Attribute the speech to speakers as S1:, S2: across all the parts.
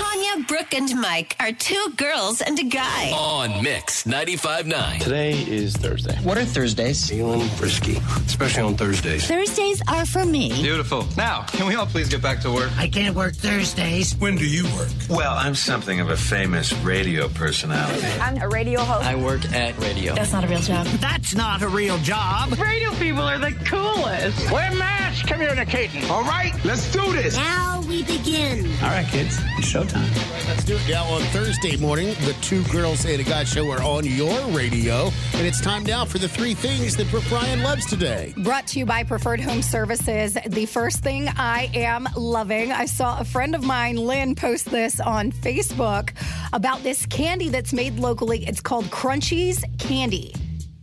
S1: Olivia, Brooke, and Mike are two girls and a guy.
S2: On Mix 95.9.
S3: Today is Thursday.
S4: What are Thursdays?
S5: Feeling frisky, especially on Thursdays.
S6: Thursdays are for me.
S7: Beautiful. Now, can we all please get back to work?
S8: I can't work Thursdays.
S9: When do you work?
S10: Well, I'm something of a famous radio personality.
S11: I'm a radio host.
S4: I work at radio.
S6: That's not a real job.
S8: That's not a real job.
S12: Radio people are the coolest.
S13: We're mass communicating.
S14: All right, let's do this.
S6: Now we begin.
S4: All right, kids, it's showtime.
S15: Let's do it now on Thursday morning. The two girls and a guy show are on your radio, and it's time now for the three things that Brooke Ryan loves today.
S16: Brought to you by Preferred Home Services. The first thing I am loving, I saw a friend of mine, Lynn, post this on Facebook about this candy that's made locally. It's called Crunchies Candy.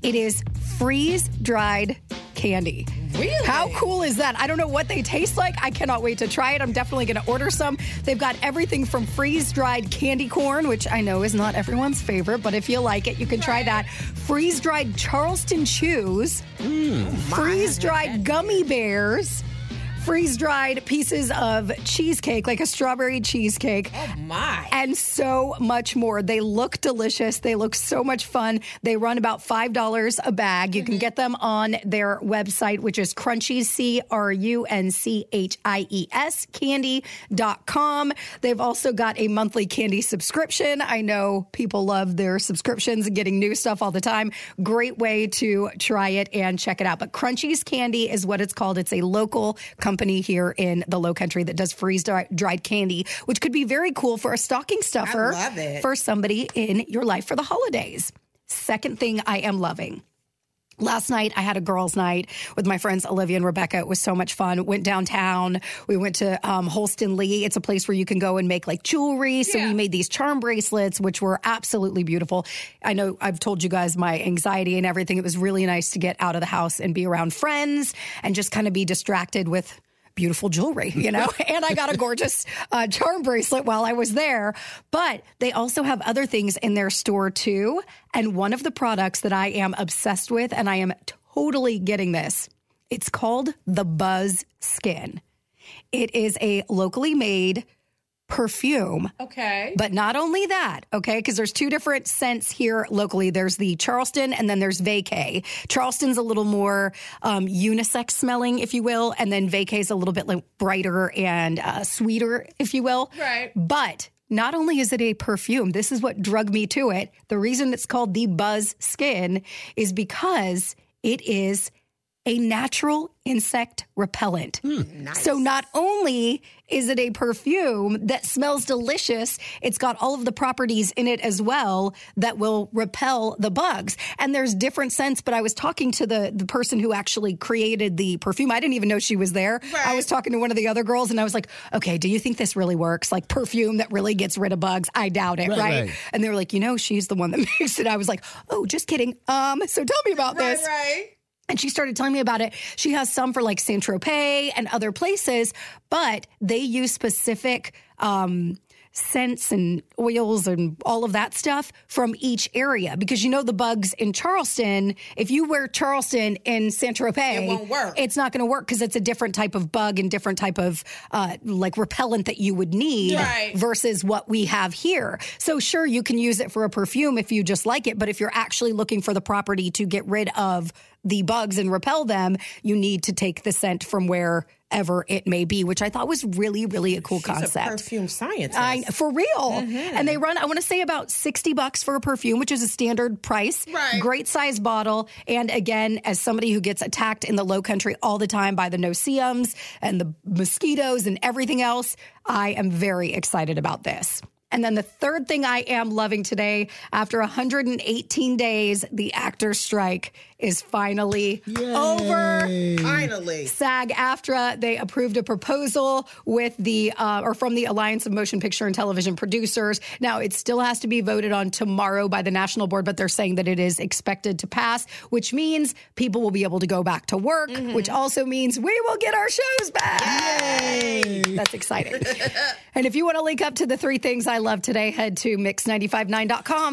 S16: It is freeze dried candy.
S17: Really?
S16: How cool is that? I don't know what they taste like. I cannot wait to try it. I'm definitely going to order some. They've got everything from freeze dried candy corn, which I know is not everyone's favorite, but if you like it, you can try that. Freeze dried Charleston chews, freeze dried gummy bears. Freeze dried pieces of cheesecake, like a strawberry cheesecake
S17: Oh my.
S16: and so much more. They look delicious. They look so much fun. They run about $5 a bag. You can
S17: Mm-hmm.
S16: get them on their website, which is crunchy, C R U N C H I E S, candy.com. They've also got a monthly candy subscription. I know people love their subscriptions and getting new stuff all the time. Great way to try it and check it out. But Crunchies Candy is what it's called. It's a local company here in the low country that does freeze dri- dried candy, which could be very cool for a stocking stuffer
S17: love it.
S16: for somebody in your life for the holidays. Second thing I am loving. Last night, I had a girls' night with my friends Olivia and Rebecca. It was so much fun. Went downtown. We went to um, Holston Lee. It's a place where you can go and make like jewelry. So we made these charm bracelets, which were absolutely beautiful. I know I've told you guys my anxiety and everything. It was really nice to get out of the house and be around friends and just kind of be distracted with beautiful jewelry, you know? and I got a gorgeous uh, charm bracelet while I was there. But they also have other things in their store too. And one of the products that I am obsessed with, and I am totally getting this, it's called the Buzz Skin. It is a locally made perfume
S17: Okay.
S16: but not only that, okay, because there's two different scents here locally. There's the Charleston and then there's Vacay. Charleston's a little more um, unisex smelling, if you will, and then Vacay's a little bit like brighter and uh, sweeter, if you will.
S17: Right.
S16: But not only is it a perfume, this is what drug me to it. The reason it's called the Buzz Skin is because it is a natural insect repellent. So not only is it a perfume that smells delicious, it's got all of the properties in it as well that will repel the bugs. And there's different scents, but I was talking to the the person who actually created the perfume. I didn't even know she was there. I was talking to one of the other girls and I was like, "Okay, do you think this really works? Like perfume that really gets rid of bugs? I doubt it, right?"
S15: right.
S16: And they were like, "You know, she's the one that makes it." I was like, "Oh, just kidding. Um, so tell me about
S17: Right,
S16: this."
S17: right.
S16: And she started telling me about it. She has some for like Saint Tropez and other places, but they use specific um, scents and oils and all of that stuff from each area because you know the bugs in Charleston. If you wear Charleston in Saint Tropez,
S17: It won't work.
S16: It's not going to work because it's a different type of bug and different type of uh, like repellent that you would need
S17: Right.
S16: versus what we have here. So sure, you can use it for a perfume if you just like it, but if you're actually looking for the property to get rid of the bugs and repel them, you need to take the scent from wherever it may be, which I thought was really, really a cool
S17: It's Mm-hmm. a
S16: concept.
S17: perfume scientist.
S16: I, for real. And they run, I want to say about 60 bucks for a perfume, which is a standard price.
S17: Right.
S16: Great size bottle. And again, as somebody who gets attacked in the low country all the time by the noceums and the mosquitoes and everything else, I am very excited about this. And then the third thing I am loving today, after 118 days, the actor's strike is finally over.
S17: Finally.
S16: SAG AFTRA, they approved a proposal with the, uh, or from the Alliance of Motion Picture and Television Producers. Now, it still has to be voted on tomorrow by the National Board, but they're saying that it is expected to pass, which means people will be able to go back to work, which also means we will get our shows back. That's exciting. and if you want to link up to the three things I love today, head to mix959.com.